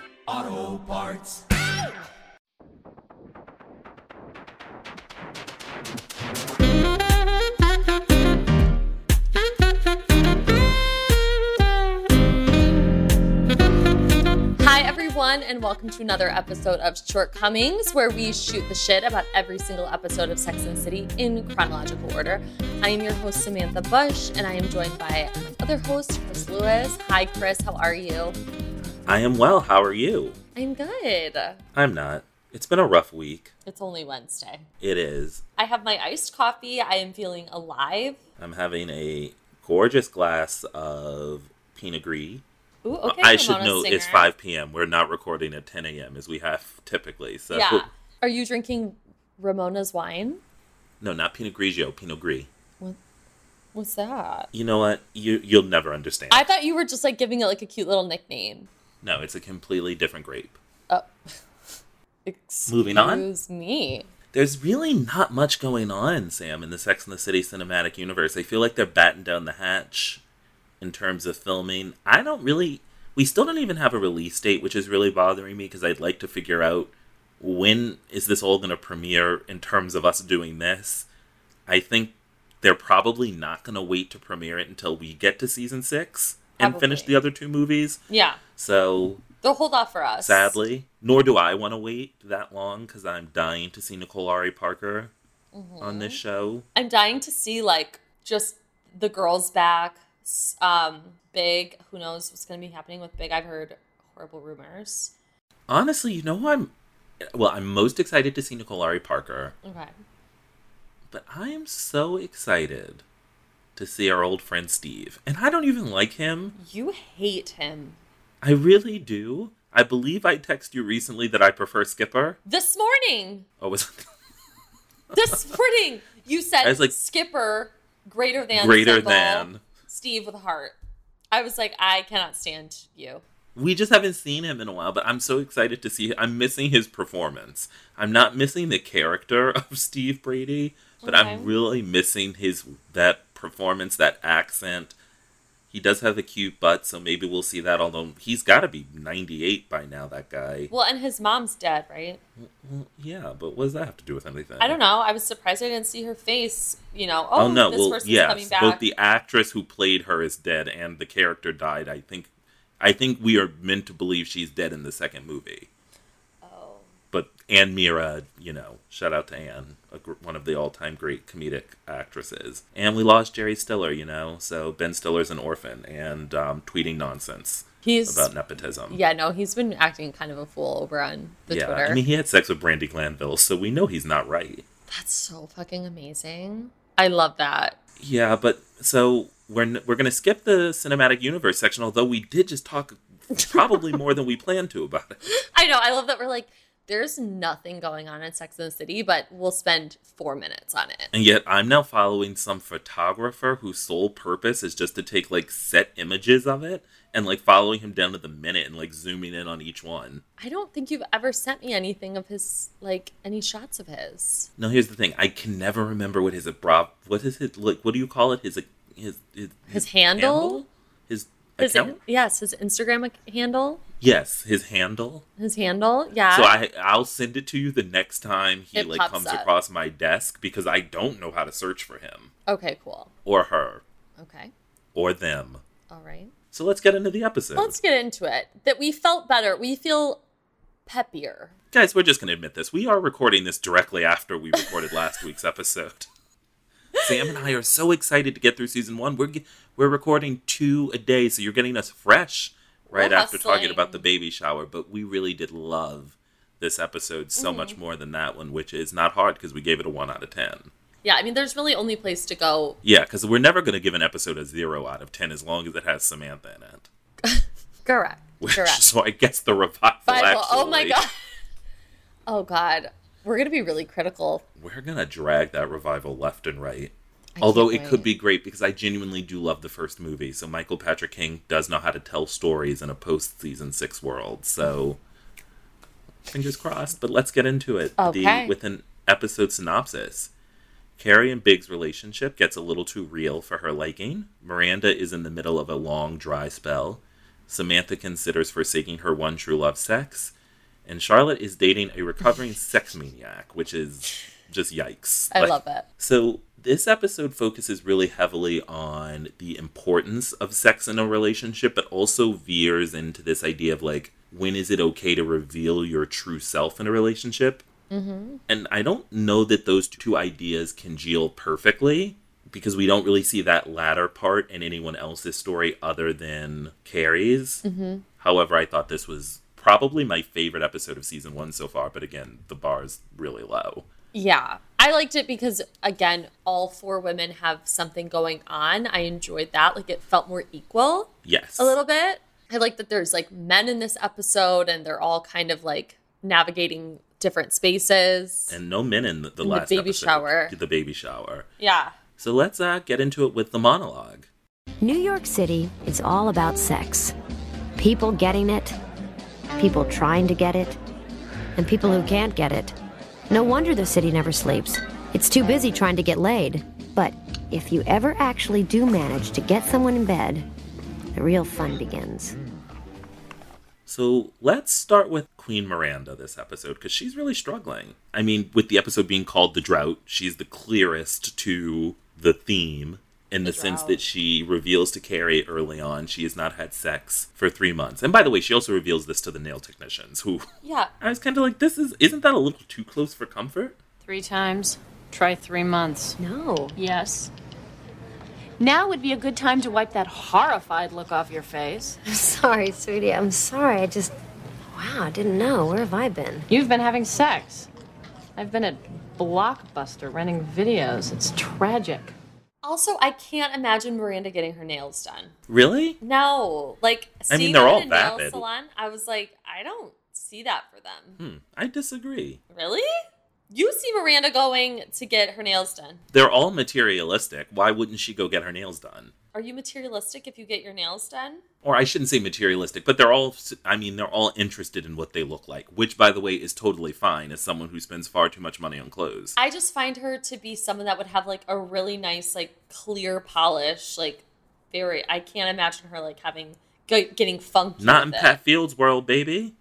O'Reilly Auto Parts. Hi, everyone, and welcome to another episode of Shortcomings, where we shoot the shit about every single episode of Sex and the City in chronological order. I am your host, Samantha Bush, and I am joined by my other host, Chris Lewis. Hi, Chris, how are you? I am well. How are you? I'm good. I'm not. It's been a rough week. It's only Wednesday. It is. I have my iced coffee. I am feeling alive. I'm having a gorgeous glass of Pinot Gris. Ooh, okay. I should Ramona know it's Singer. 5 p.m. We're not recording at 10 a.m. as we have typically. So Yeah. Are you drinking Ramona's wine? no, not Pinot Grigio, Pinot Gris. What's that? You know what? You you'll never understand. I thought you were just like giving it like a cute little nickname. No, it's a completely different grape. Oh. Excuse Moving on. me. There's really not much going on, Sam, in the Sex and the City cinematic universe. I feel like they're batting down the hatch in terms of filming. I don't really. We still don't even have a release date, which is really bothering me because I'd like to figure out when is this all going to premiere in terms of us doing this. I think they're probably not going to wait to premiere it until we get to season six and finish Probably. the other two movies. Yeah. So They'll hold off for us. sadly. Nor do I want to wait that long because I'm dying to see Nicole Ari Parker on this show. I'm dying to see like just the girls back. s- Um, big. Who knows what's gonna be happening with Big? I've heard horrible rumors. Honestly, you know who I'm. Well, I'm most excited to see Nicole Ari Parker, Okay. but I am so excited to see our old friend Steve. And I don't even like him. You hate him. I really do. I believe I texted you recently that I prefer Skipper. This morning. Oh, was This morning. You said I was like- Skipper greater than greater symbol, than. Steve with a heart. I was like, I cannot stand you. we just haven't seen him in a while, but I'm so excited to see. I'm missing his performance. I'm not missing the character of Steve Brady, but Okay. I'm really missing his that performance, that accent. He does have a cute butt, so maybe we'll see that. Although he's got to be 98 by now, that guy. Well, and his mom's dead, right? Yeah, but what does that have to do with anything? I don't know. I was surprised I didn't see her face. You know, oh, Oh, no, this well, person's coming yes, back. both the actress who played her is dead, and the character died. I think, I think we are meant to believe she's dead in the second movie. oh, but Anne Mira, you know, shout out to Anne, a, gr- one of the all-time great comedic actresses. And we lost Jerry Stiller, you know, so Ben Stiller's an orphan and um, tweeting nonsense he's about nepotism. yeah, no, he's been acting kind of a fool over on the yeah. Twitter. I mean, he had sex with Brandy Glanville, so we know he's not right. That's so fucking amazing. I love that. Yeah, but so we're n- we're gonna skip the cinematic universe section, although we did just talk probably more than we planned to about it. I know. I love that we're like, there's nothing going on in Sex and the City, but we'll spend four minutes on it. And yet, I'm now following some photographer whose sole purpose is just to take like set images of it and like following him down to the minute and like zooming in on each one. I don't think you've ever sent me anything of his, like any shots of his. Now, here's the thing: I can never remember what his abrob. What is it like? What do you call it? His his his, His handle? His His account? yes, his Instagram ac- handle, yes, his handle. his handle. Yeah. so I I'll send it to you the next time he Ah. It like pops comes up. across my desk because I don't know how to search for him okay. Cool. or her Okay. or them. All right. So let's get into the episode. Let's get into it. That we felt better. We feel peppier. Guys, we're just going to admit this. We are recording this directly after we recorded last week's episode. Sam and I are so excited to get through season one. We're ge- we're recording two a day, so you're getting us fresh right We're after talking hustling. about the baby shower. But we really did love this episode so Mm-hmm. much more than that one, which is not hard because we gave it a one out of ten. Yeah, I mean, there's really only place to go. Yeah, because we're never going to give an episode a zero out of ten as long as it has Samantha in it. Correct. Which, Correct. Oh so I guess the revival. Bible. Actually, Oh my god. Oh god. We're gonna be really critical. We're gonna drag that revival left and right. Although it could wait. be great because I genuinely do love the first movie. So Michael Patrick King does know how to tell stories in a post season six world. So fingers crossed. But let's get into it. Okay. The, with an episode synopsis. Carrie and Big's relationship gets a little too real for her liking. Miranda is in the middle of a long, dry spell. Samantha considers forsaking her one true love, sex. And Charlotte is dating a recovering sex maniac, which is just yikes. I Like, love it. so, this episode focuses really heavily on the importance of sex in a relationship, but also veers into this idea of like, when is it okay to reveal your true self in a relationship? Mm-hmm. And I don't know that those two ideas congeal perfectly because we don't really see that latter part in anyone else's story other than Carrie's. Mm-hmm. However, I thought this was probably my favorite episode of season one so far, but again, the bar is really low. Yeah. I liked it because again, all four women have something going on. I enjoyed that. Like it felt more equal. Yes. a little bit. I like that there's like men in this episode and they're all kind of like navigating different spaces. and no men in the, the And the last baby episode. shower. The baby shower. yeah. So let's uh, get into it with the monologue. New York City is all about sex. People getting it, people trying to get it, and people who can't get it. No wonder the city never sleeps. It's too busy trying to get laid. But if you ever actually do manage to get someone in bed, the real fun begins. So let's start with Queen Miranda this episode because she's really struggling. I mean, with the episode being called The Drought, she's the clearest to the theme in the, sense drought. that she reveals to Carrie early on she has not had sex for three months. And by the way, she also reveals this to the nail technicians who Yeah. I was kind of like, this is, isn't that a little too close for comfort? Three times. Try three months. No. Yes. Now would be a good time to wipe that horrified look off your face. I'm sorry, sweetie. I'm sorry. I just. Wow, I didn't know. Where have I been? You've been having sex. I've been at Blockbuster renting videos. It's tragic. Also, I can't imagine Miranda getting her nails done. Really? No. Like I seeing mean, they're them all in a nail vapid. salon, I was like, I don't see that for them. Hmm, I disagree. Really? You see Miranda going to get her nails done. they're all materialistic. Why wouldn't she go get her nails done? Are you materialistic if you get your nails done? Or I shouldn't say materialistic, but they're all, I mean, they're all interested in what they look like, which, by the way, is totally fine as someone who spends far too much money on clothes. I just find her to be someone that would have like a really nice, like clear polish, like very. I can't imagine her like having g- getting funky. Not in with Pat Field's world, baby.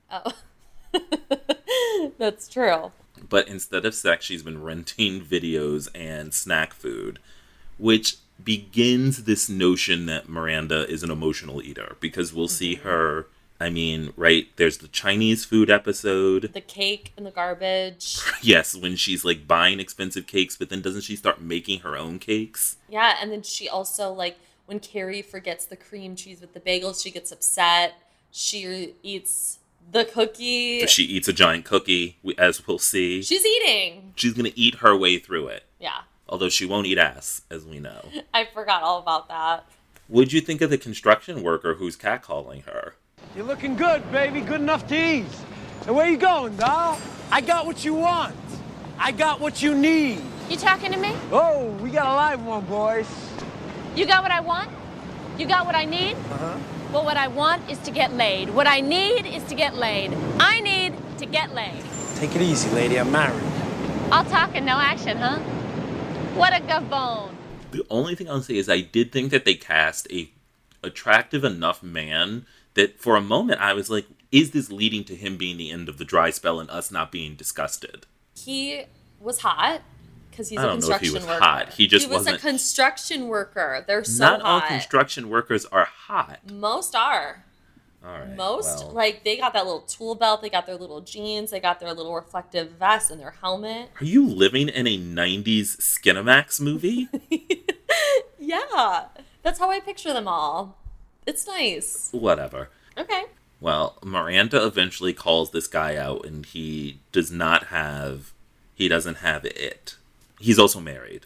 it. That's true. But instead of sex, she's been renting videos and snack food, which begins this notion that Miranda is an emotional eater because we'll see her. I mean, right? There's the Chinese food episode. The cake and the garbage. Yes, when she's like buying expensive cakes, but then doesn't she start making her own cakes? Yeah, and then she also like when Carrie forgets the cream cheese with the bagels, she gets upset. She eats the cookie. She eats a giant cookie, we- as we'll see. She's eating. She's gonna eat her way through it, Yeah, although she won't eat ass, as we know. I forgot all about that. Would you think of the construction worker who's catcalling her? You're looking good, baby. Good enough to eat. So where you going, doll? I got what you want. I got what you need. You talking to me? Oh, we got a live one, boys. You got what I want? You got what I need? Uh-huh. Well, what I want is to get laid. What I need is to get laid. I need to get laid. Take it easy, lady. I'm married. All talk and no action, huh? What a gabone. The only thing I'll say is I did think that they cast a attractive enough man that for a moment I was like, is this leading to him being the end of the dry spell and us not being disgusted? He was hot because he's I a don't know if he construction was worker. hot. He just was wasn't- a construction worker. They're so not all hot. construction workers are hot. Most are. All right. Most well. like they got that little tool belt. They got their little jeans. They got their little reflective vest and their helmet. Are you living in a 90s Skinamax movie? Yeah, that's how I picture them all. It's nice. Whatever. Okay. Well, Miranda eventually calls this guy out and he does not have he doesn't have it. He's also married.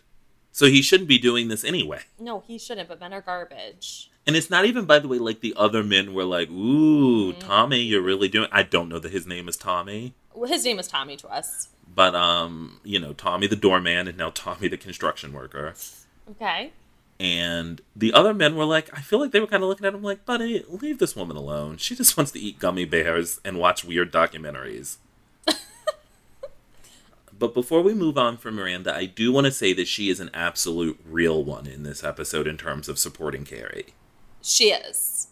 So he shouldn't be doing this anyway. No, he shouldn't. But men are garbage. And it's not even by the way like the other men were like, "Ooh, Tommy, you're really doing I don't know that his name is Tommy, Well, His name is Tommy to us. but um, you know, Tommy the doorman and now Tommy the construction worker. Okay. And the other men were like, I feel like they were kind of looking at him like, buddy, leave this woman alone. She just wants to eat gummy bears and watch weird documentaries. but before we move on from Miranda, I do want to say that she is an absolute real one in this episode in terms of supporting Carrie. She is.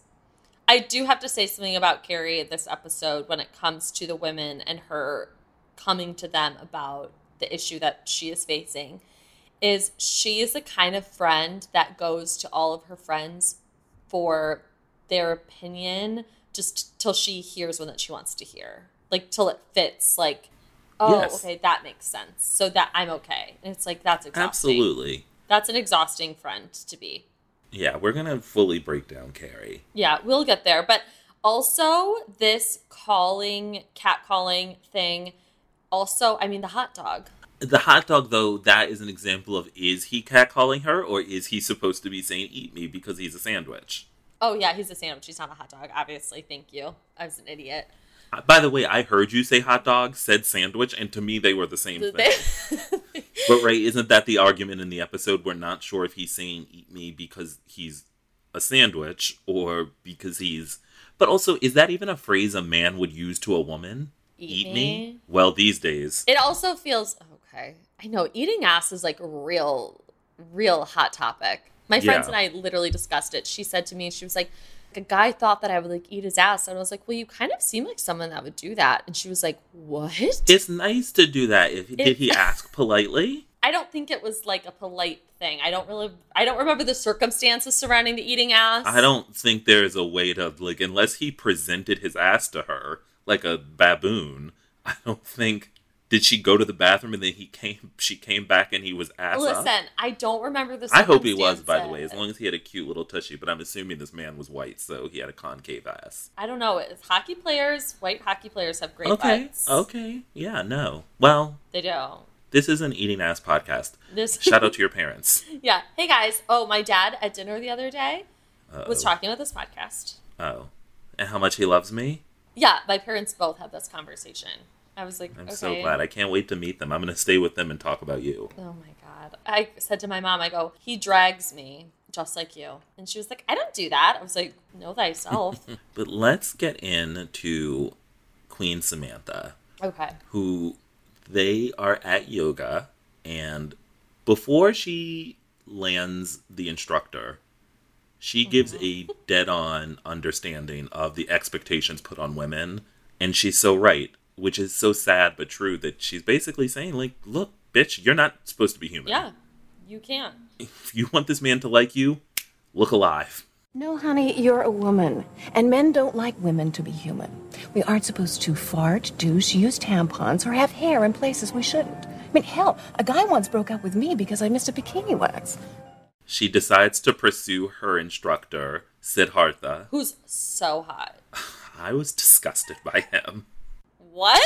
I do have to say something about Carrie in this episode when it comes to the women and her coming to them about the issue that she is facing is she is the kind of friend that goes to all of her friends for their opinion just till she hears one that she wants to hear. Like till it fits like oh Yes. okay that makes sense. So that I'm okay. And it's like that's exhausting. Absolutely. That's an exhausting friend to be. Yeah, we're going to fully break down Carrie. Yeah, we'll get there. But also this calling, catcalling thing. Also, I mean the hot dog. The hot dog, though, that is an example of is he catcalling her or is he supposed to be saying, eat me because he's a sandwich? Oh yeah, he's a sandwich. He's not a hot dog, obviously. Thank you. I was an idiot. Uh, By the way, I heard you say hot dog, said sandwich, and to me they were the same thing. but Ray, isn't that the argument in the episode? We're not sure if he's saying eat me because he's a sandwich or because he's. But also, is that even a phrase a man would use to a woman? Eat me? me? Well, these days. It also feels okay. I know eating ass is like a real, real hot topic. My friends Yeah. and I literally discussed it. She said to me, she was like, a guy thought that I would like eat his ass, and I was like, well, you kind of seem like someone that would do that. And she was like, what? It's nice to do that. If did he ask politely? I don't think it was like a polite thing. I don't really, I don't remember the circumstances surrounding the eating ass. I don't think there is a way to like unless he presented his ass to her like a baboon. I don't think did she go to the bathroom and then he came she came back and he was ass up? Listen, I don't remember the. I hope he was by the way, as circumstances. long as he had a cute little tushy, but I'm assuming this man was white, so he had a concave ass. I don't know. It's hockey players, white hockey players have great okay. butts. Okay. Yeah, no. Well, They do. this is an eating ass podcast. This Shout out to your parents. Yeah. Hey guys. Oh, my dad at dinner the other day was Uh-oh. talking about this podcast. Oh. And how much he loves me? Yeah, my parents both had this conversation. I was like, I'm okay. so glad. I can't wait to meet them. I'm going to stay with them and talk about you. Oh my god. I said to my mom, I go, he drags me just like you, and she was like, I don't do that. I was like, know thyself. But let's get into Queen Samantha, okay. who they are at yoga, and before she lands the instructor, she gives a dead on understanding of the expectations put on women, and she's so right, which is so sad but true that she's basically saying, like, look, bitch, you're not supposed to be human. Yeah. You can't. If you want this man to like you, look alive. No, honey, you're a woman, and men don't like women to be human. We aren't supposed to fart, douche, use tampons, or have hair in places we shouldn't. I mean, hell, a guy once broke up with me because I missed a bikini wax. She decides to pursue her instructor, Siddhartha. Who's so hot? I was disgusted by him. What?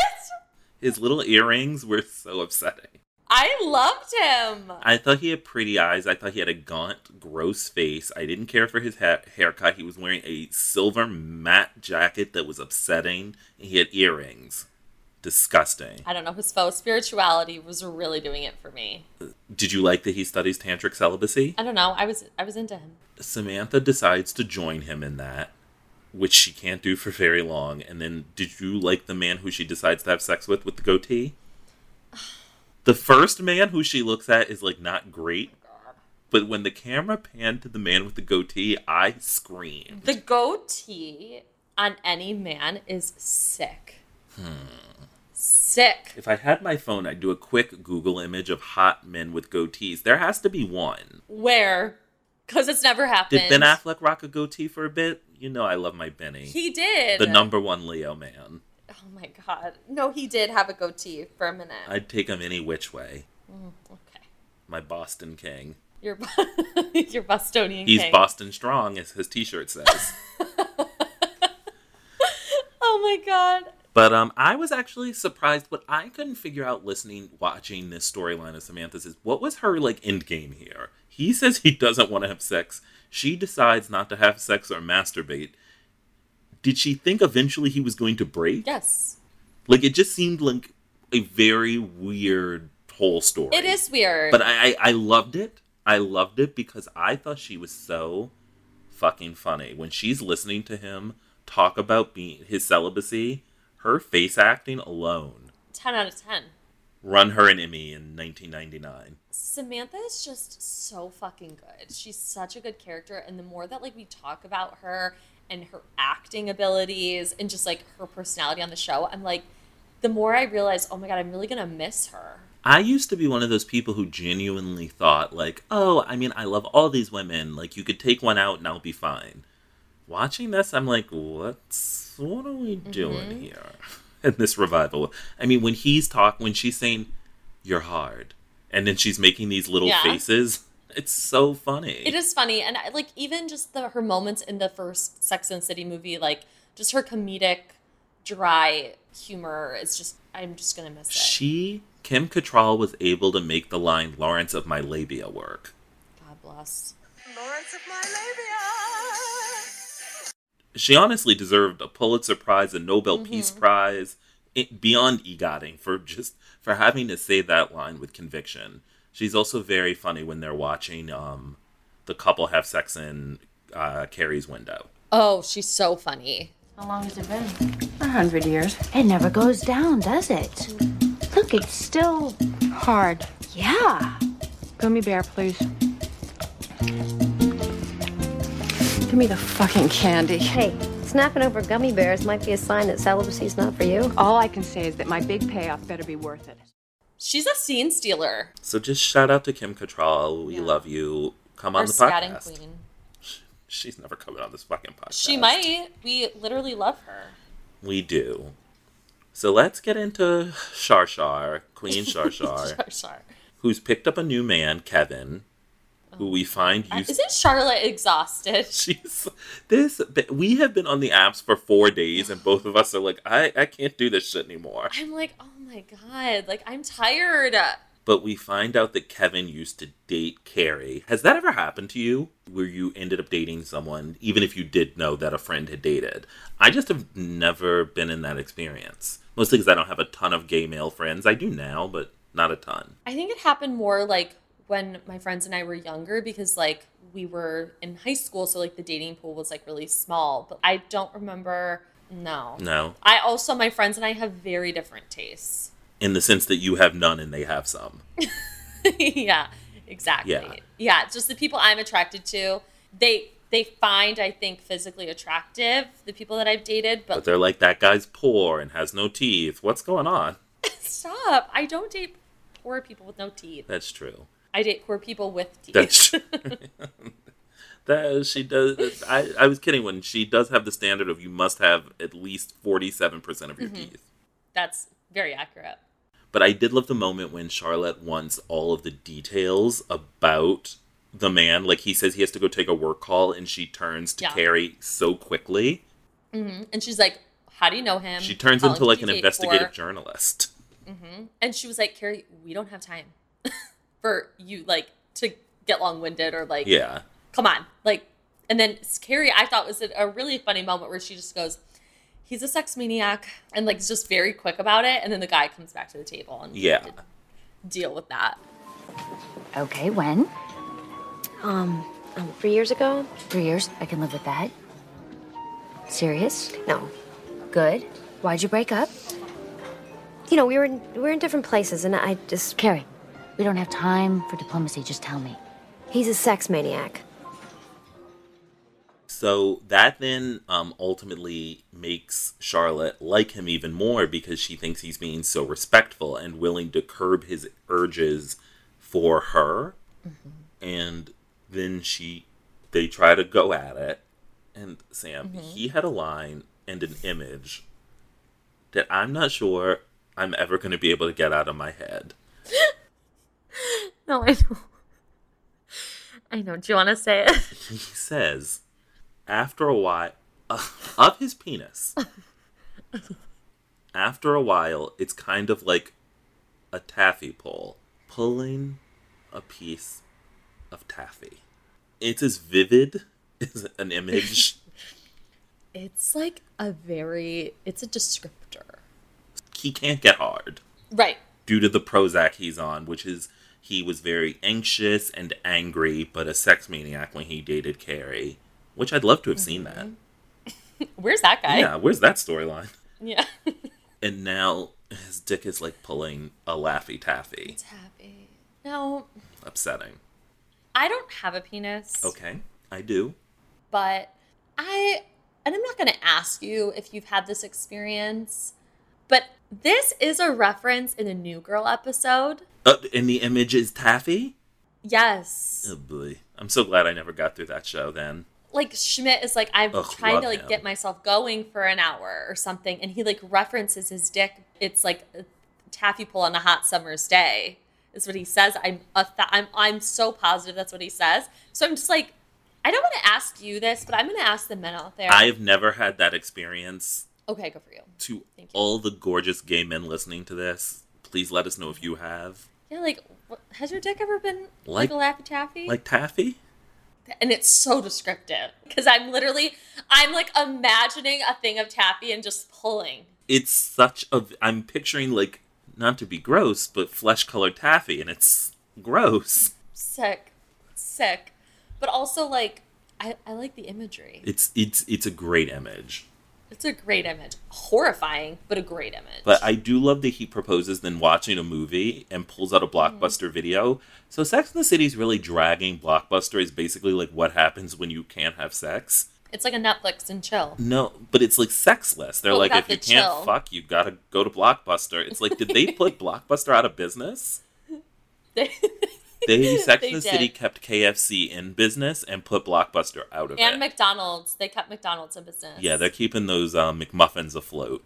His little earrings were so upsetting. I loved him. I thought he had pretty eyes. I thought he had a gaunt, gross face. I didn't care for his ha- haircut. He was wearing a silver matte jacket that was upsetting. And he had earrings. Disgusting. I don't know. His faux spirituality was really doing it for me. Did you like that he studies tantric celibacy? I don't know. I was I was into him. Samantha decides to join him in that, which she can't do for very long. And then, did you like the man who she decides to have sex with with the goatee? The first man who she looks at is like not great, Oh but when the camera panned to the man with the goatee, I screamed. The goatee on any man is sick. Hmm. Sick. If I had my phone, I'd do a quick Google image of hot men with goatees. There has to be one. Where? Because it's never happened. Did Ben Affleck rock a goatee for a bit? You know I love my Benny. He did. the number one Leo man. Oh my god. No, he did have a goatee for a minute. I'd take him any which way. okay. My Boston King. You're you're Bostonian. He's king. Boston strong, as his T-shirt says. Oh my god. but um, I was actually surprised. What I couldn't figure out, listening, watching this storyline of Samantha's, is what was her like end game here. He says he doesn't want to have sex. She decides not to have sex or masturbate. Did she think eventually he was going to break? Yes. Like it just seemed like a very weird whole story. It is weird. But I, I, I loved it. I loved it because I thought she was so fucking funny. When she's listening to him talk about being his celibacy, her face acting alone ten out of ten. run her an Emmy in 1999. Samantha is just so fucking good. She's such a good character, and the more that like we talk about her and her acting abilities and just like her personality on the show, I'm like, the more I realize, oh my god, I'm really gonna miss her. I used to be one of those people who genuinely thought, like, oh, I mean, I love all these women. Like, you could take one out and I'll be fine. Watching this, I'm like, what's, what are we doing Mm-hmm. here? In this revival. I mean, when he's talking, when she's saying, you're hard, and then she's making these little Yeah. faces, it's so funny. It is funny, and I- like even just the her moments in the first Sex and the City movie, like just her comedic, dry humor is just I'm just gonna miss it. She, Kim Cattrall, was able to make the line Lawrence of my labia work. God bless. She honestly deserved a Pulitzer Prize, a Nobel Mm-hmm. Peace Prize, it, beyond EGOTing for just for having to say that line with conviction. She's also very funny when they're watching um, the couple have sex in uh, Carrie's window. Oh, she's so funny. How long has it been? A hundred years. It never goes down, does it? Look, it's still hard. Yeah. Gummy bear, please. Give me the fucking candy. Hey, snapping over gummy bears might be a sign that celibacy's not for you. All I can say is that my big payoff better be worth it. She's a scene stealer. So just shout out to Kim Cattrall. We love you. Come on Our the scatting podcast. queen. She's never coming on this fucking podcast. She might. We literally love her. We do. So let's get into Shar Shar, Queen Shar Shar. Char- Char. who's picked up a new man, Kevin, who we find Uh, used. Isn't Charlotte exhausted? She's this. We have been on the apps for four days, and both of us are like, I, I can't do this shit anymore. I'm like, oh my god, like I'm tired. But we find out that Kevin used to date Carrie. Has that ever happened to you, where you ended up dating someone, even if you did know that a friend had dated? I just have never been in that experience. Mostly because I don't have a ton of gay male friends. I do now, but not a ton. I think it happened more like when my friends and I were younger because like we were in high school, so like the dating pool was like really small. But I don't remember. No. No, I also, my friends and I have very different tastes. in the sense that you have none and they have some. yeah, exactly. Yeah. Yeah. it's just the people I'm attracted to, they they find I think physically attractive the people that I've dated, but But they're like, that guy's poor and has no teeth. What's going on? Stop. I don't date poor people with no teeth. That's true. I date poor people with teeth. That's true. that she does. I, I was kidding when she does have the standard of you must have at least 47% of your teeth. That's very accurate. But I did love the moment when Charlotte wants all of the details about the man. Like he says he has to go take a work call and she turns to Yeah. Carrie so quickly. And she's like, How do you know him? She turns How long into did like you an date investigative for?" journalist. And she was like, Carrie, we don't have time for you like to get long winded or like Yeah. come on. Like and then Carrie I thought was a- a really funny moment where she just goes, He's a sex maniac and like is just very quick about it. And then the guy comes back to the table and Yeah. deal with that. Okay, when? Um, um, three years ago? Three years. I can live with that. Serious? No. Good. Why'd you break up? You know, we were in, we were in different places, and I just Carrie, we don't have time for diplomacy. Just tell me. He's a sex maniac. So that then um, ultimately makes Charlotte like him even more because she thinks he's being so respectful and willing to curb his urges for her. And then she, they try to go at it. And Sam, he had a line and an image that I'm not sure I'm ever going to be able to get out of my head. No, I know. I know. Do you wanna say it? He says, after a while, of his penis, after a while, it's kind of like a taffy pull, pulling a piece of taffy. It's as vivid as an image. It's like a very it's a descriptor. he can't get hard. Right. due to the Prozac he's on, which is he was very anxious and angry, but a sex maniac when he dated Carrie, which I'd love to have seen that. Where's that guy? Yeah, where's that storyline? Yeah. And now his dick is like pulling a laffy taffy. Happy. No, Upsetting. I don't have a penis. Okay, I do. But I, and I'm not going to ask you if you've had this experience, but this is a reference in a New Girl episode. Uh, and the image is taffy. Yes. Oh boy, I'm so glad I never got through that show. Then like Schmidt is like I'm Ugh, trying love to like him. get myself going for an hour or something, and he like references his dick. It's like a taffy pull on a hot summer's day is what he says. I'm a th- I'm I'm so positive that's what he says. So I'm just like I don't want to ask you this, but I'm going to ask the men out there. I have never had that experience. okay, go for you. To you. all the gorgeous gay men listening to this, please let us know if you have Yeah, like what, has your dick ever been like, Like- a laffy taffy? like taffy. and it's so descriptive because I'm literally I'm like imagining a thing of taffy and just pulling. it's such a i'm picturing like not to be gross but flesh colored taffy and it's gross sick sick but also like I, I like the imagery it's it's it's a great image it's a great image horrifying but a great image but i do love that he proposes then watching a movie and pulls out a blockbuster Mm-hmm. video so sex in the city is really dragging blockbuster is basically like what happens when you can't have sex it's like a netflix and chill no but it's like sexless they're Well, like without if you the can't chill. fuck you gotta go to blockbuster it's like did they put blockbuster out of business and they sex They in the city did. kept kfc in business and put blockbuster out of it mcdonald's they kept mcdonald's in business Yeah, they're keeping those um, McMuffins afloat.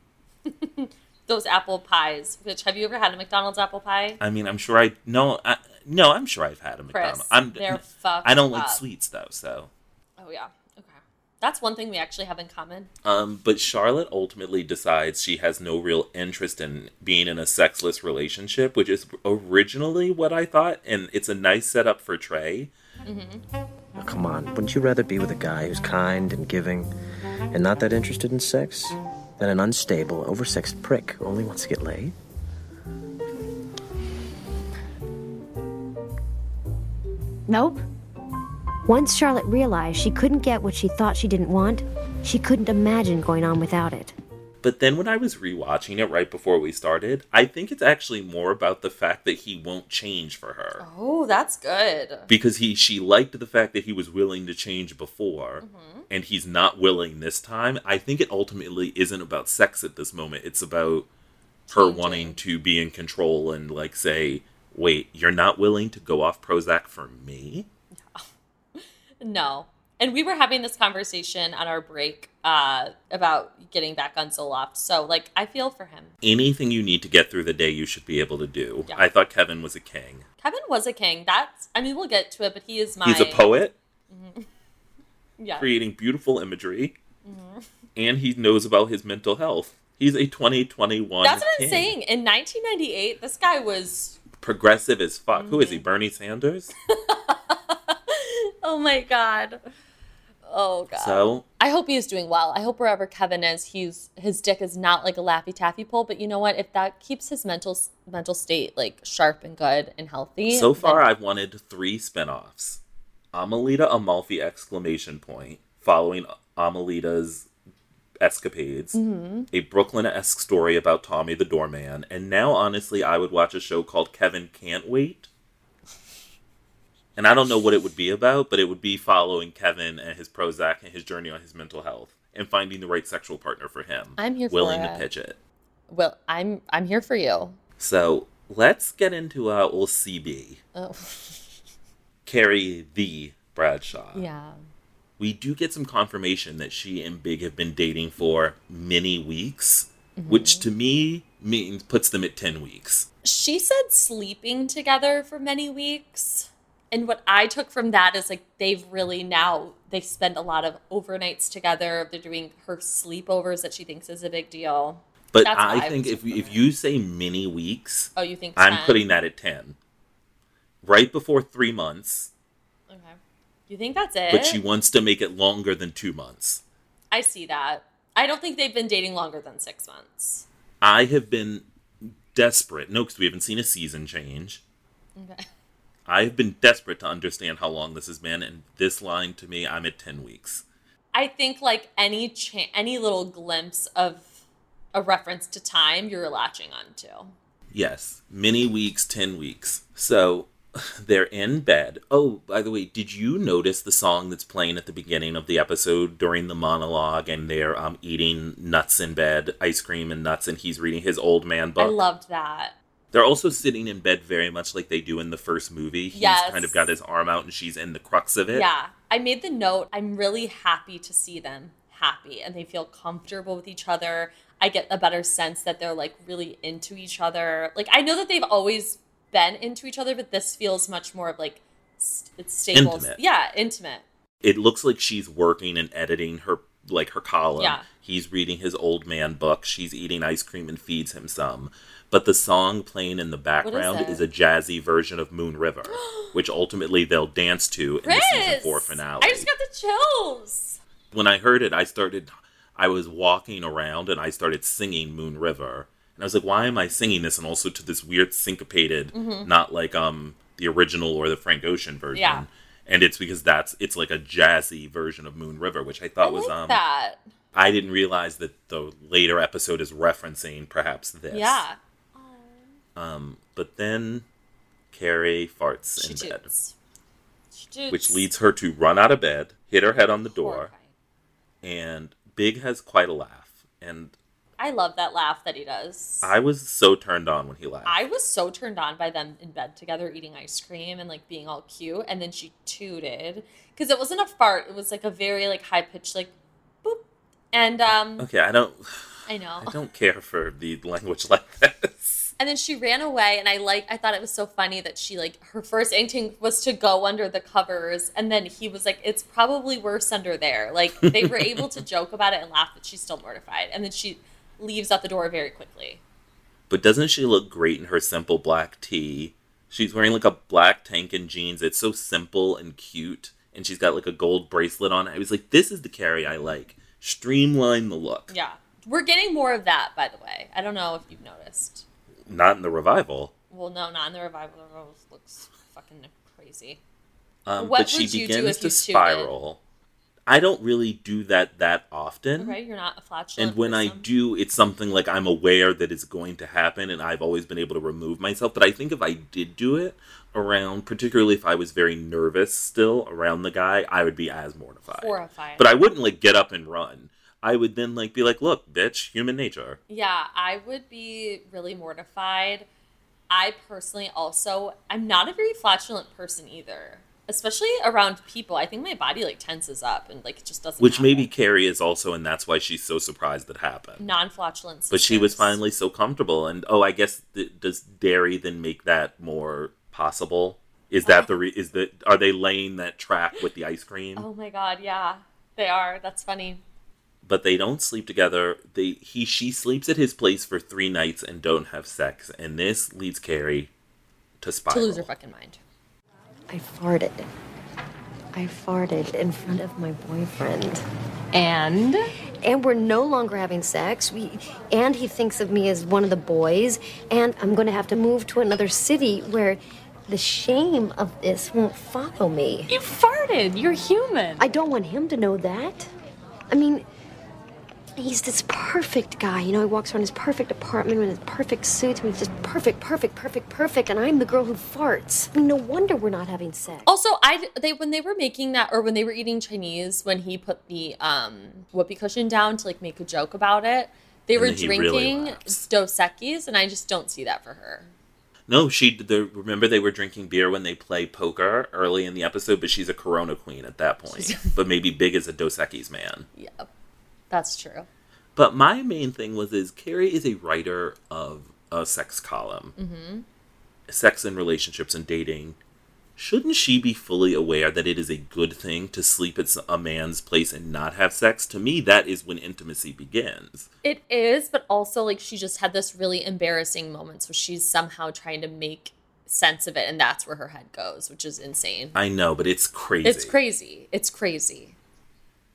those apple pies which have you ever had a mcdonald's apple pie I mean, I'm sure I no, I, no, I'm sure I've had a McDonald's. I'm, they're fucked I don't like up. sweets though, so. oh yeah okay that's one thing we actually have in common Um, but Charlotte ultimately decides she has no real interest in being in a sexless relationship, which is originally what I thought, and it's a nice setup for Trey. Oh, come on, wouldn't you rather be with a guy who's kind and giving and not that interested in sex than an unstable, oversexed prick who only wants to get laid? Nope. Once Charlotte realized she couldn't get what she thought she didn't want, she couldn't imagine going on without it. But then when I was rewatching it right before we started, I think it's actually more about the fact that he won't change for her. oh that's good because he she liked the fact that he was willing to change before Mm-hmm. and he's not willing this time i think it ultimately isn't about sex at this moment it's about her wanting to be in control and like say wait you're not willing to go off prozac for me No. And we were having this conversation on our break uh, about getting back on Zoloft. So, like, I feel for him. anything you need to get through the day you should be able to do Yeah. i thought kevin was a king Kevin was a king. That's, I mean, we'll get to it, but he is my. he's a poet Yeah. creating beautiful imagery Mm-hmm. and he knows about his mental health he's a 2021 That's what I'm king. saying. In 1998, this guy was, progressive as fuck Who Mm-hmm. is he bernie sanders oh my God. Oh God. so I hope he is doing well. I hope wherever Kevin is, he's his dick is not like a laffy taffy pull. But you know what? If that keeps his mental mental state like sharp and good and healthy, So then- far, I've wanted three spinoffs. Amelita Amalfi exclamation point following Amelita's escapades, Mm-hmm. a Brooklyn-esque story about Tommy the doorman, and now honestly, I would watch a show called Kevin Can't Wait. And I don't know what it would be about, but it would be following Kevin and his Prozac and his journey on his mental health and finding the right sexual partner for him. I'm here for willing to it. pitch it. well, I'm I'm here for you. So let's get into uh, old CB. Oh. Carrie the Bradshaw. Yeah. We do get some confirmation that she and Big have been dating for many weeks, Mm-hmm. which to me means puts them at 10 weeks. she said sleeping together for many weeks and what i took from that is like they've really now they spend a lot of overnights together they're doing her sleepovers that she thinks is a big deal But That's what I I think was if if you say many weeks, oh you think I'm 10? putting that at 10. Right before 3 months, okay you think that's it but she wants to make it longer than 2 months. i see that i don't think they've been dating longer than six months I have been desperate. No, because we haven't seen a season change. Okay. I've been desperate to understand how long this has been, and this line to me, I'm at ten weeks. I think like any cha- any little glimpse of a reference to time, you're latching onto. Yes, many weeks, 10 weeks. So they're in bed. Oh, by the way, did you notice the song that's playing at the beginning of the episode during the monologue and they're um, eating nuts in bed, ice cream and nuts, and he's reading his old man book? I loved that. they're also sitting in bed very much like they do in the first movie. He's Yes. kind of got his arm out and she's in the crux of it. Yeah, I made the note. I'm really happy to see them happy and they feel comfortable with each other. I get a better sense that they're like really into each other. Like I know that they've always been into each other, but this feels much more of like st- it's stable. Intimate. Yeah, intimate. It looks like she's working and editing her like her column. Yeah. He's reading his old man book. She's eating ice cream and feeds him some. But the song playing in the background it? is a jazzy version of Moon River, which ultimately they'll dance to in the season Chris! four finale. I just got the chills. when I heard it, I started, I was walking around and I started singing Moon River. And I was like, why am I singing this? And also to this weird syncopated, Mhm. not like um the original or the Frank Ocean version. Yeah. And it's because that's it's like a jazzy version of Moon River, which I thought was um that. I didn't realize that the later episode is referencing perhaps this. Yeah. Um, but then Carrie farts She in bed, toots. She toots. which leads her to run out of bed, hit her head on the door, and Big has quite a laugh. And I love that laugh that he does. I was so turned on when he laughed. I was so turned on by them in bed together eating ice cream and like being all cute, and then she tooted because it wasn't a fart; it was like a very like high pitched like boop. And um, okay, I don't, I know. I don't care for the language like this. And then she ran away, and I like I thought it was so funny that she like her first instinct was to go under the covers, and then he was like, "It's probably worse under there." Like they were able to joke about it and laugh, but she's still mortified, and then she leaves out the door very quickly. But doesn't she look great in her simple black tee? She's wearing like a black tank and jeans. It's so simple and cute. And she's got like a gold bracelet on. I was like, this is the Carrie I like. Streamline the look. Yeah, we're getting more of that, by the way. I don't know if you've noticed. Not in the revival. Well, no, not in the revival. The rose looks fucking crazy. Um, What but she would you do begins if to you cheated? spiral. I don't really do that that often. Okay, you're not a flatulent. and when I person. do, it's something like I'm aware that it's going to happen, and I've always been able to remove myself. But I think if I did do it around, particularly if I was very nervous still around the guy, I would be as mortified. Horrified. But I wouldn't like get up and run. I would then like be like, "Look, bitch, human nature." Yeah, I would be really mortified. I personally also, I'm not a very flatulent person either, especially around people. I think my body like tenses up and like it just doesn't. Which maybe Carrie is also, and that's why she's so surprised that happened. non flatulent. But she was finally so comfortable, and oh, I guess th- does dairy then make that more possible? Is that the re- is the are they laying that track with the ice cream? Oh my god, yeah, they are. That's funny. but they don't sleep together. They he she sleeps at his place for three nights and don't have sex, and this leads Carrie to To lose her spiral. fucking mind. I farted. I farted in front of my boyfriend. And And we're no longer having sex. We, and he thinks of me as one of the boys. And I'm going to have to move to another city where the shame of this won't follow me. You farted. You're human. I don't want him to know that. I mean, he's this perfect guy. You know, he walks around his perfect apartment in his perfect suits. I mean, he's just perfect, perfect, perfect, perfect. And I'm the girl who farts. I mean, no wonder we're not having sex. Also, I they when they were making that or when they were eating Chinese, when he put the um whoopee cushion down to like make a joke about it, they And were then he really drinking laughs. Dos Equis, and I just don't see that for her. No, she the, remember they were drinking beer when they play poker early in the episode, but she's a Corona queen at that point. but maybe Big is a Dos Equis man. Yeah, that's true. But my main thing was is Carrie is a writer of a sex column, Mhm. sex and relationships and dating. Shouldn't she be fully aware that it is a good thing to sleep at s- a man's place and not have sex? To me, that is when intimacy begins. It is, but also like she just had this really embarrassing moment, so she's somehow trying to make sense of it, and that's where her head goes, which is insane. I know, but it's crazy. It's crazy. It's crazy.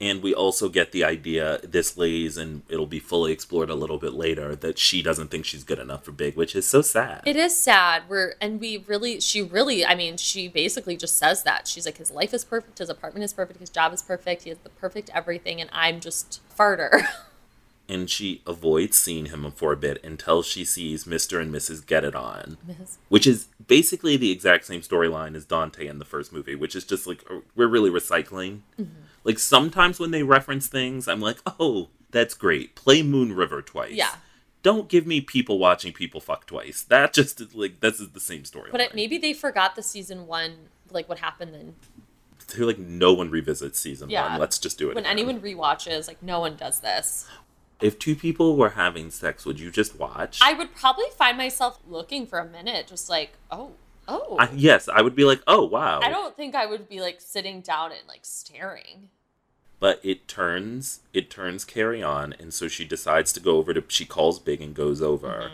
And we also get the idea this lays, and it'll be fully explored a little bit later, that she doesn't think she's good enough for Big, which is so sad. It is sad. We're and we really she really I mean, she basically just says that. She's like, his life is perfect, his apartment is perfect, his job is perfect, he has the perfect everything, and I'm just farter. and she avoids seeing him for a bit until she sees Mr. and Mrs. Get It On, Yes. which is basically the exact same storyline as Dante in the first movie, which is just like we're really recycling. Mm-hmm. Like sometimes when they reference things, I'm like, oh, that's great. Play Moon River twice. Yeah. Don't give me people watching people fuck twice. That just is like this is the same story. But it, maybe they forgot the season one, like what happened then. They're like no one revisits season Yeah. one. Let's just do it. When again. anyone rewatches, like no one does this. if two people were having sex, would you just watch? I would probably find myself looking for a minute, just like, oh, oh. I- yes, I would be like, oh wow. I don't think I would be like sitting down and like staring. but it turns it turns carry on and so she decides to go over to she calls big and goes over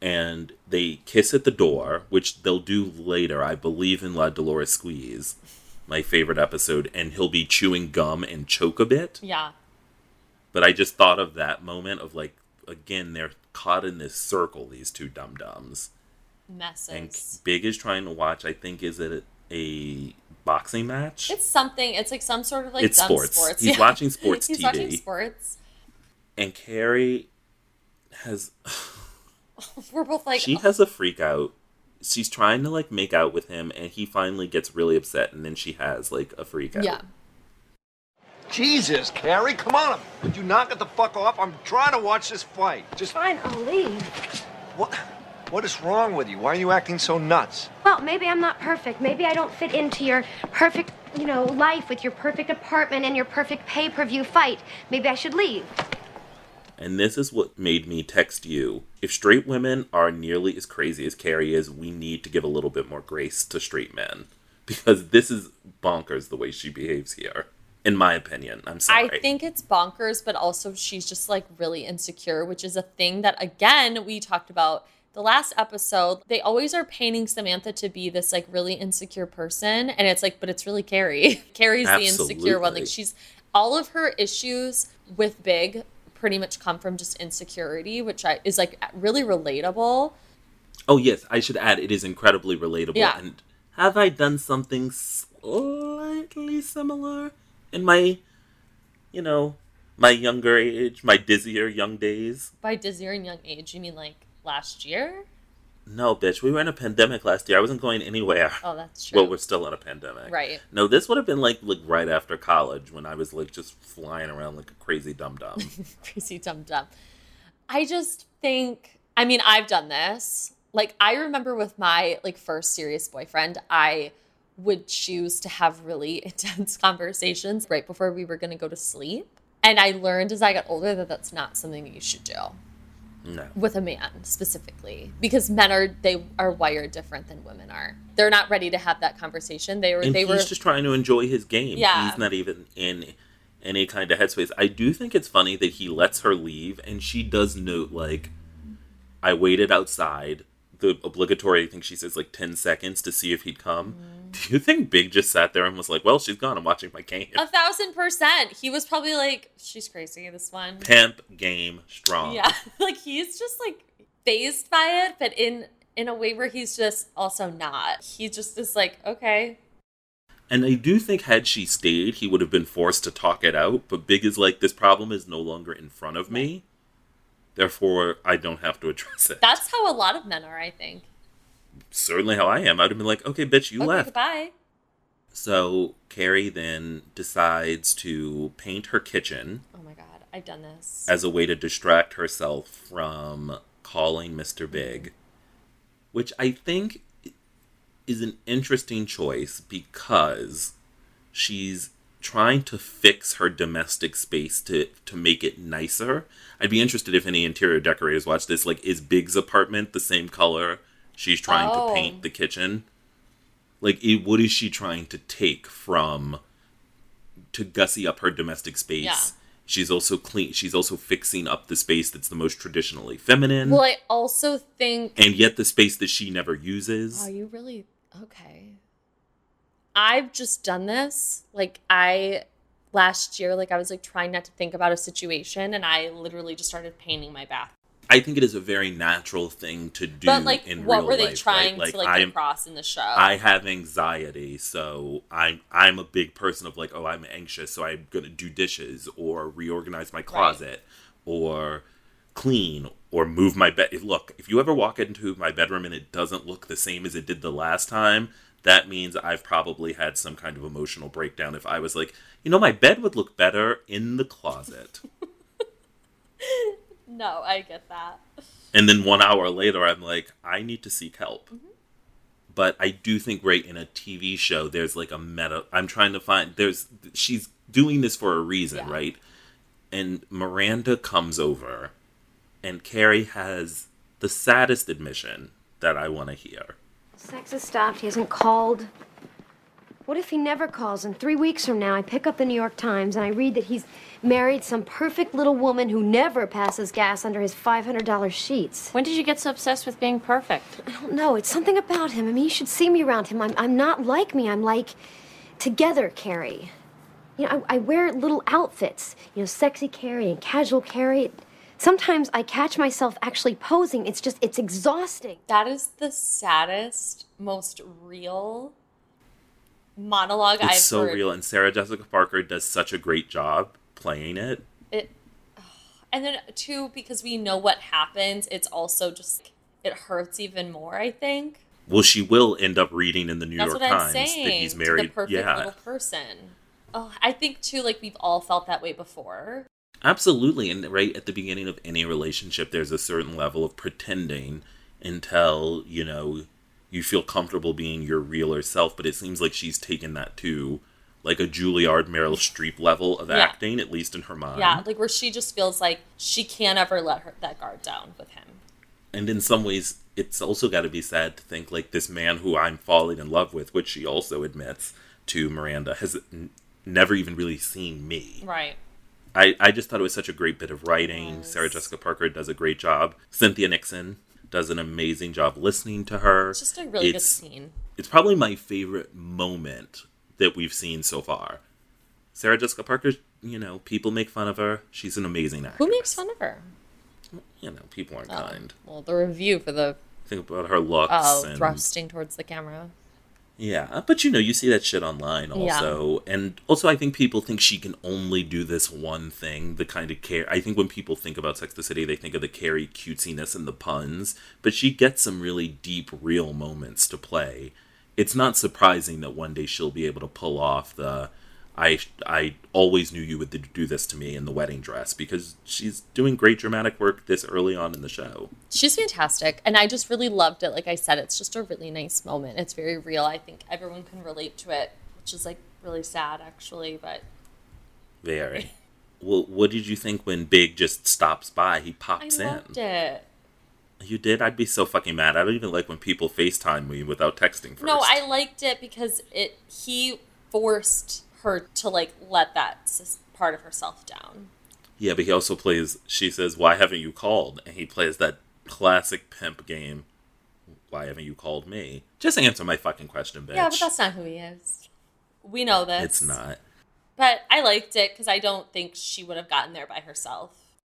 and they kiss at the door which they'll do later i believe in la dolores squeeze my favorite episode and he'll be chewing gum and choke a bit Yeah. but i just thought of that moment of like again they're caught in this circle these two dum dums and Messes. big is trying to watch i think is it a boxing match It's something. It's like some sort of like It's dumb sports. sports. He's watching sports He's TV. watching sports. and carrie has We're both like, she "Oh, has a freak out. She's trying to like make out with him, and he finally gets really upset, and then she has like a freak out. yeah. Jesus, Carrie, come on. Would you knock it the fuck off? I'm trying to watch this fight. Just Fine, I'll leave. what? What is wrong with you? Why are you acting so nuts? Well, maybe I'm not perfect. Maybe I don't fit into your perfect, you know, life with your perfect apartment and your perfect pay per view fight. Maybe I should leave. And this is what made me text you. If straight women are nearly as crazy as Carrie is, we need to give a little bit more grace to straight men because this is bonkers the way she behaves here. In my opinion, I'm "Oh, I sorry. think it's bonkers, but also she's just like really insecure, which is a thing that, again, we talked about the last episode. They always are painting Samantha to be this like really insecure person. And it's like, but it's really Carrie. Carrie's the insecure one. Absolutely. Like, she's all of her issues with Big pretty much come from just insecurity, which I, is like really relatable. Oh yes, I should add it is incredibly relatable. Yeah. And have I done something slightly similar in my, you know, my younger age, my dizzier young days? By Dizzy and Young Age, you mean like last year? No, bitch, we were in a pandemic last year. I wasn't going anywhere. Oh, that's true. well, we're still in a pandemic. Right. No, this would have been like like right after college when I was like just flying around like a crazy dum dum. crazy dum dum. I just think, I mean, I've done this. Like, I remember with my like first serious boyfriend, I would choose to have really intense conversations right before we were going to go to sleep. And I learned as I got older that that's not something you should do no. with a man specifically because men are they are wired different than women are. They're not ready to have that conversation. They were And they he's were just trying to enjoy his game. Yeah. He's not even in any kind of headspace. I do think it's funny that he lets her leave and she does note like I waited outside the obligatory I think she says like ten seconds to see if he'd come. Mm. Do you think Big just sat there and was like, Well, she's gone, I'm watching my game. a thousand percent. He was probably like, "She's crazy." This one, Pimp game strong. Yeah, like he's just like phased by it, but in in a way where he's just also not. He just is like, okay, And I do think had she stayed, he would have been forced to talk it out. But Big is like, this problem is no longer in front of me. Therefore, I don't have to address it. that's how a lot of men are. I think. Certainly how I am. I'd have been like, okay, bitch, you okay, left. goodbye. So Carrie then decides to paint her kitchen Oh my god, I've done this. as a way to distract herself from calling Mr. Big, which I think is an interesting choice because she's trying to fix her domestic space to to make it nicer. I'd be interested if any interior decorators watch this like is Big's apartment the same color she's trying Oh. to paint the kitchen? Like it, what is she trying to take from to gussy up her domestic space? Yeah. She's also clean. She's also fixing up the space that's the most traditionally feminine, Well, I also think. and yet the space that she never uses. Are you really okay? I've just done this. Like I last year, like I was like trying not to think about a situation and I literally just started painting my bath. I think it is a very natural thing to do. But like in what real were they life, trying right? to like I'm- across in the show? I have anxiety, so I'm I'm a big person of like, oh, I'm anxious, so I'm gonna do dishes or reorganize my closet or clean or move my bed. Look, if you ever walk into my bedroom and it doesn't look the same as it did the last time, that means I've probably had some kind of emotional breakdown. If I was like, you know, my bed would look better in the closet, no, I get that. and then one hour later, I'm like, I need to seek help. Mm-hmm. but I do think right in a TV show there's like a meta I'm trying to find there's she's doing this for a reason, right? And Miranda comes over and Carrie has the saddest admission that I want to hear. Sex has stopped. He hasn't called. What if he never calls? And three weeks from now, I pick up the New York Times and I read that he's married some perfect little woman who never passes gas under his $500 sheets. When did you get so obsessed with being perfect? I don't know. It's something about him. I mean, you should see me around him. I'm, I'm not like me. I'm like together, Carrie. You know, I, I wear little outfits, you know, sexy Carrie and casual Carrie. Sometimes I catch myself actually posing. It's just, it's exhausting. That is the saddest, most real monologue It's I've so heard. real and Sarah Jessica Parker does such a great job playing it. It, and then too because we know what happens, it's also just it hurts even more. I think Well, she will end up reading in the New that's York what I'm Times saying. that he's to married. the perfect yeah. little person. Oh, I think too, like we've all felt that way before. Absolutely. And right at the beginning of any relationship, there's a certain level of pretending until, you know, you feel comfortable being your realer self. But it seems like she's taken that to like a Juilliard Meryl Streep level of Yeah. acting, at least in her mind. yeah, like where she just feels like she can't ever let her that guard down with him. And in some ways, it's also got to be sad to think like this man who I'm falling in love with, which she also admits to Miranda, has n- never even really seen me. Right. I, I just thought it was such a great bit of writing. Sarah Jessica Parker does a great job. Cynthia Nixon does an amazing job listening to her. It's just a really good It's- scene. It's probably my favorite moment that we've seen so far. Sarah Jessica Parker, you know, people make fun of her. She's an amazing actor. Who makes fun of her? You know, people Oh. aren't kind. Well, the review for the Think about her looks oh and thrusting towards the camera. Yeah, but you know, you see that shit online Yeah. also. And also, I think people think she can only do this one thing, the kind of care. I think when people think about Sex and the City, they think of the Carrie cutesiness and the puns, but she gets some really deep, real moments to play. It's not surprising that one day she'll be able to pull off the I I always knew you would do this to me in the wedding dress because she's doing great dramatic work this early on in the show. She's fantastic, and I just really loved it. Like I said, it's just a really nice moment. It's very real. I think everyone can relate to it, which is like really sad actually. But Very. Well, what did you think when Big just stops by? He I pops in. loved it. You did? I'd be so fucking mad. I don't even like when people FaceTime me without texting first. No, I liked it because it he forced her to like let that s- part of herself down. Yeah, but he also plays, she says, Why haven't you called? And he plays that classic pimp game. Why haven't you called me? Just answer my fucking question, bitch. Yeah, but that's not who he is. We know this. It's not. But I liked it because I don't think she would have gotten there by herself.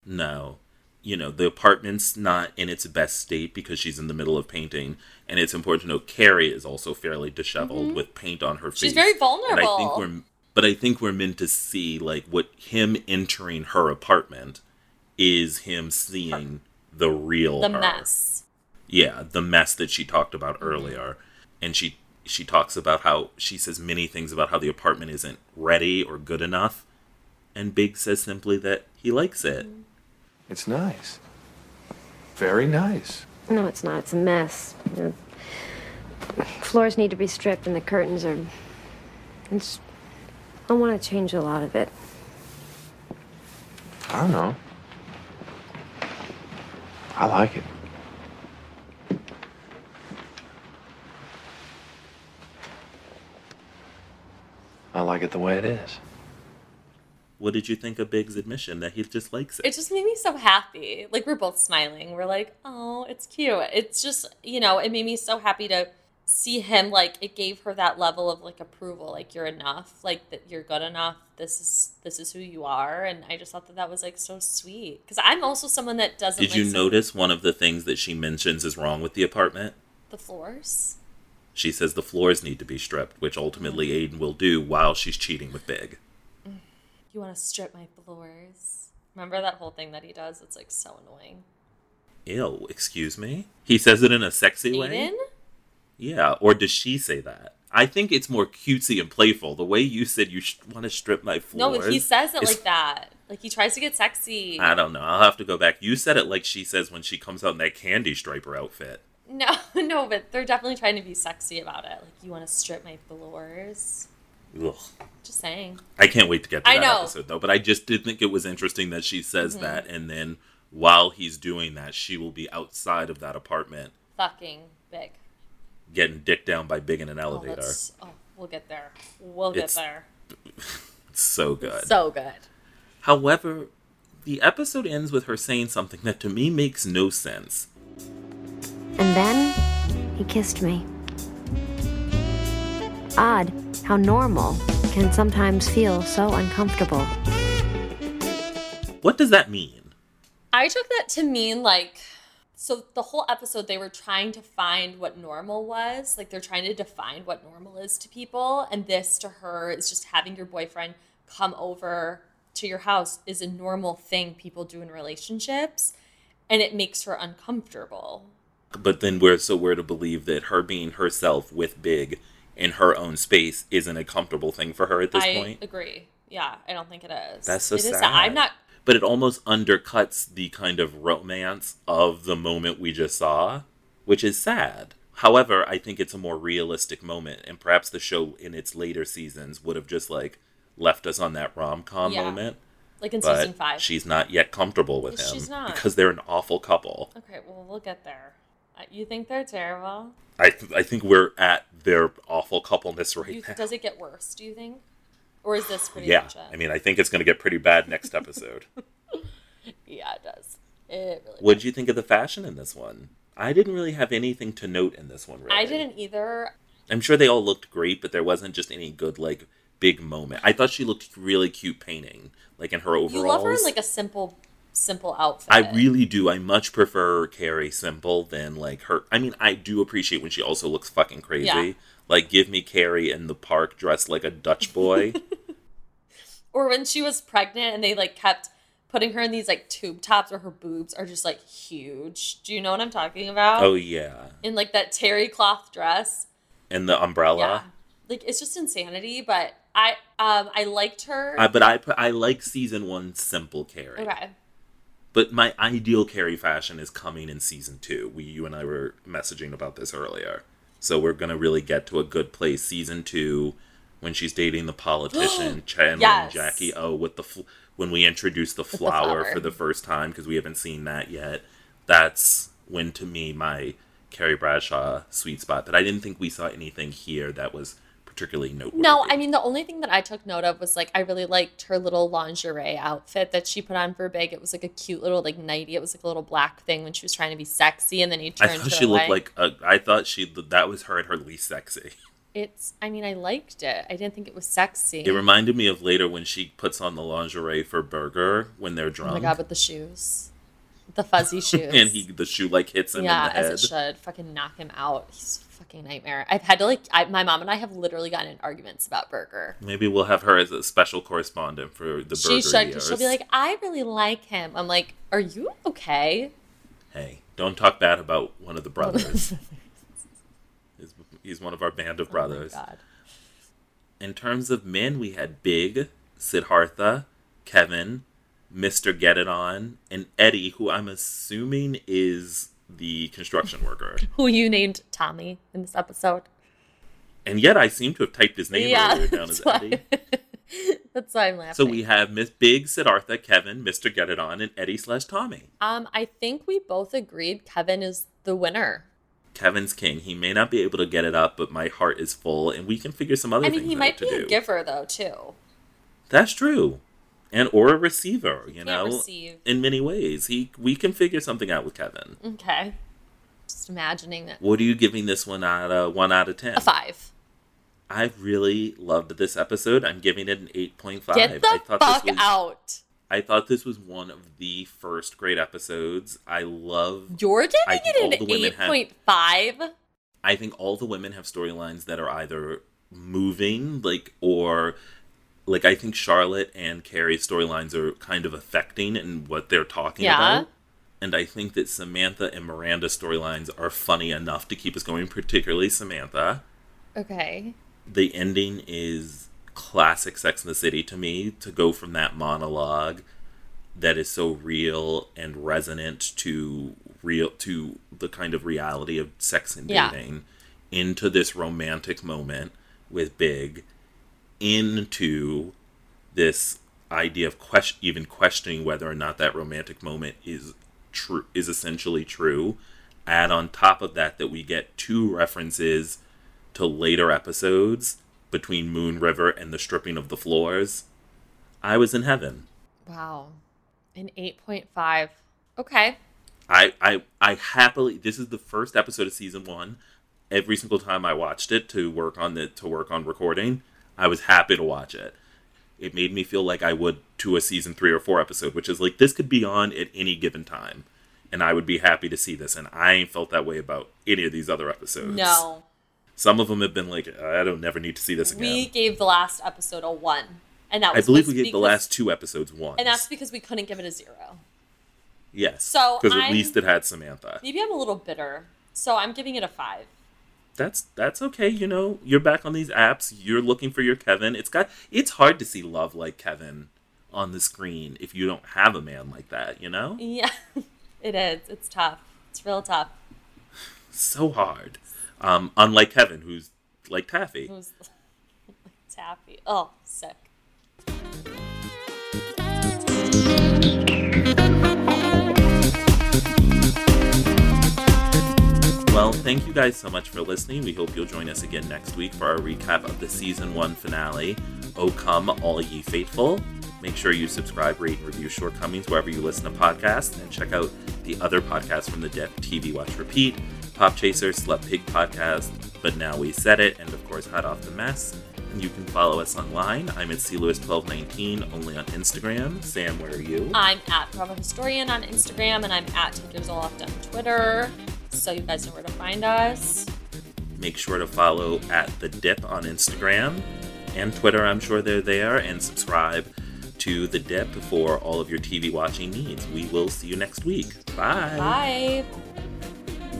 No. You know, the apartment's not in its best state because she's in the middle of painting. And it's important to know Carrie is also fairly disheveled with paint on her face. Mm-hmm. She's very And I think vulnerable. we're but I think we're meant to see like what him entering her apartment is him seeing the real The her. mess. Mm-hmm. Yeah, the mess that she talked about earlier. And she she talks about how she says many things about how the apartment isn't ready or good enough. And Big says simply that he likes it. Mm-hmm. It's nice. Very nice. No, it's not. It's a mess. The floors need to be stripped and the curtains are. It's. I want to change a lot of it. I don't know. I like it. I like it the way it is. What did you think of Big's admission that he just likes it? It just made me so happy. Like we're both smiling. We're like, oh, it's cute. It's just you know, it made me so happy to see him like it gave her that level of like approval like you're enough like that you're good enough this is this is who you are and i just thought that that was like so sweet because i'm also someone that doesn't Did like you some- notice one of the things that she mentions is wrong with the apartment? the floors She says the floors need to be stripped, which ultimately Aiden will do while she's cheating with Big. you want to strip my floors remember that whole thing that he does it's like so annoying Ew, excuse me? He says it in a sexy way? aiden Yeah, or does she say that? I think it's more cutesy and playful. The way you said you sh- want to strip my no floors. but he says it is- like that like he tries to get sexy I don't know. I'll have to go back. You said it like she says when she comes out in that candy striper outfit. no no but they're definitely trying to be sexy about it like you want to strip my floors Ugh. just saying I can't wait to get to I that know. episode though. But I just did think it was interesting that she says Mhm. that, and then while he's doing that, she will be outside of that apartment fucking big getting dicked down by Big in an Oh, elevator. that's- Oh, we'll get there. We'll get It's there. so good. So good. However, the episode ends with her saying something that to me makes no sense. And then he kissed me. Odd how normal can sometimes feel so uncomfortable. What does that mean? I took that to mean like so the whole episode they were trying to find what normal was. Like they're trying to define what normal is to people and this to her is just having your boyfriend come over to your house is a normal thing people do in relationships and it makes her uncomfortable. But then we're so we're to believe that her being herself with Big in her own space isn't a comfortable thing for her at this I point. agree. Yeah, I don't think it is. That's so It is sad. I'm not But it almost undercuts the kind of romance of the moment we just saw, which is sad. However, I think it's a more realistic moment, and perhaps the show in its later seasons would have just like left us on that rom com Yeah. moment. like in but season 5. she's not yet comfortable with Yes, him she's not. because they're an awful couple. Okay, well, we'll get there. Uh, You think they're terrible? I th- I think we're at their awful coupleness right You- now. does it get worse, do you think? Or is this pretty yeah, much I it? mean, I think it's going to get pretty bad next episode. Yeah, it does. It really What'd you think of the fashion in this one? I didn't really have anything to note in this one. Really, I didn't either. I'm sure they all looked great, but there wasn't just any good like big moment. I thought she looked really cute painting, like in her overalls. You love her in like a simple, simple outfit. I really do. I much prefer Carrie Simple than like her. I mean, I do appreciate when she also looks fucking crazy. Yeah. Like, give me Carrie in the park dressed like a Dutch boy. Or when she was pregnant and they like kept putting her in these like tube tops where her boobs are just like huge. Do you know what I'm talking about? oh yeah, In like that terry cloth dress. and the umbrella. Yeah. Like it's just insanity, but I um I liked her. I, Uh, but I put- I like season one simple Carrie. okay. But my ideal Carrie fashion is coming in season two. We you and I were messaging about this earlier, so we're gonna really get to a good place season two when she's dating the politician Chandler Yes. and Jackie O with the fl- when we introduce the the flower, flower. for the first time because we haven't seen that yet. That's when to me my Carrie Bradshaw sweet spot. But I didn't think we saw anything here that was particularly noteworthy. No, I mean the only thing that I took note of was like I really liked her little lingerie outfit that she put on for Big. It was like a cute little like nighty. It was like a little black thing when she was trying to be sexy, and then he turned. I thought to she the looked light. like a, I thought she that was her at her least sexy. it's. I mean, I liked it. I didn't think it was sexy. It reminded me of later when she puts on the lingerie for Burger when they're Oh drunk. my god, with the shoes, the fuzzy shoes, and he the shoe like hits him yeah, in the head. as it should. Fucking knock him out. He's a fucking nightmare. I've had to like. I, my mom and I have literally gotten in arguments about Burger. Maybe we'll have her as a special correspondent for the she Burger should. 'cause years. She'll be like, I really like him. I'm like, Are you okay? "Hey, don't talk bad about one Oh of the brothers. he's, he's one of our band of brothers." Oh God. In terms of men, we had Big, Siddhartha, Kevin, Mister Get It On, and Eddie, who I'm assuming is the construction worker. Who you named Tommy in this episode? And yet, I seem to have typed his name earlier down that's as why- Eddie. that's why I'm laughing. So we have Miss Big, Siddhartha, Kevin, Mr. Get It On, and Eddie slash Tommy. um, I think we both agreed Kevin is the winner. Kevin's king. He may not be able to get it up, but my heart is full, and we can figure some other I things mean, he out might to be do. a giver though too. That's true, and or a receiver. You know, receive. in many ways, he we can figure something out with Kevin. Okay, Just imagining that. What are you giving this one out of one out of ten? A five. I really loved this episode. I'm giving it an eight point five. Get the I thought fuck this was, out. I thought this was one of the first great episodes. I love You're I giving think all it the an women eight have- point five. I think all the women have storylines that are either moving, like, or like I think Charlotte and Carrie's storylines are kind of affecting and what they're talking Yeah. about. And I think that Samantha and Miranda's storylines are funny enough to keep us going, particularly Samantha. Okay. The ending is classic Sex in the City to me, to go from that monologue that is so real and resonant to real to the kind of reality of sex and Yeah. dating into this romantic moment with Big into this idea of question even questioning whether or not that romantic moment is true is essentially true add on top of that that we get two references to later episodes between Moon River and the stripping of the floors I was in heaven Wow. An eight point five. Okay. I, I I happily this is the first episode of season one. Every single time I watched it to work on the to work on recording, I was happy to watch it. It made me feel like I would to a season three or four episode, which is like this could be on at any given time, and I would be happy to see this. And I ain't felt that way about any of these other episodes. No. some of them have been like I don't never need to see this again. We gave the last episode a one. And that I was believe we just gave the because- last two episodes one. And that's because we couldn't give it a zero. yes, so because at I'm- least it had Samantha. Maybe I'm a little bitter. So I'm giving it a five. that's that's okay you know you're back on these apps you're looking for your kevin it's got it's hard to see love like kevin on the screen if you don't have a man like that you know Yeah. It is. It's tough. It's real tough. so hard um unlike kevin who's like taffy It was taffy. Oh, sick. Well, thank you guys so much for listening. We hope you'll join us again next week for our recap of the season one finale, O Come All Ye Faithful. Make sure you subscribe, rate, and review Shortcomings wherever you listen to podcasts, and check out the other podcasts from the Dead TV Watch Repeat, Pop Chaser, Slut Pig Podcast, But Now We Said It, and of course, Hot Off the Mess. And you can follow us online. I'm at CLewis1219, only on Instagram. Sam, where are you? I'm at Bravo Historian on Instagram and I'm at Takers Aloft on Twitter. So you guys know where to find us. Make sure to follow at The Dip on Instagram and Twitter. I'm sure they're there. And subscribe to The Dip for all of your TV watching needs. We will see you next week. Bye. Bye.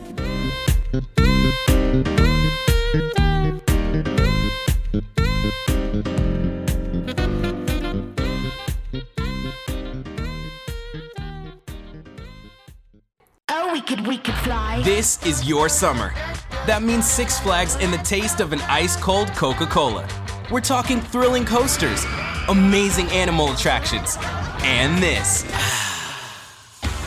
Oh, we could, we could fly. This is your summer. That means Six Flags and the taste of an ice cold Coca Cola. We're talking thrilling coasters, amazing animal attractions, and this.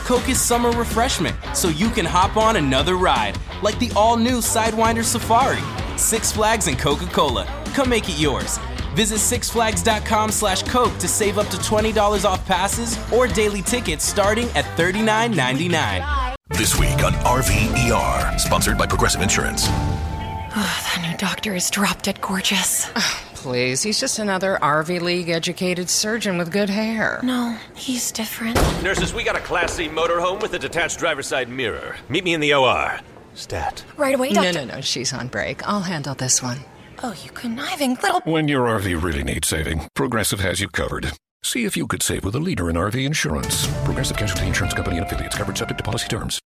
Coke is summer refreshment, so you can hop on another ride, like the all new Sidewinder Safari. Six Flags and Coca Cola. Come make it yours. Visit sixflags.com slash Coke to save up to $20 off passes or daily tickets starting at $39.99. This week on RVER, sponsored by Progressive Insurance. that new doctor is drop dead gorgeous. Please, he's just another RV League educated surgeon with good hair. No, he's different. Nurses, we got a Class C motorhome with a detached driver's side mirror. Meet me in the OR. Stat. Right away, doctor. No, no, no, she's on break. I'll handle this one. Oh, you conniving little. When your RV really needs saving, Progressive has you covered. See if you could save with a leader in RV insurance. Progressive Casualty Insurance Company and affiliates covered subject to policy terms.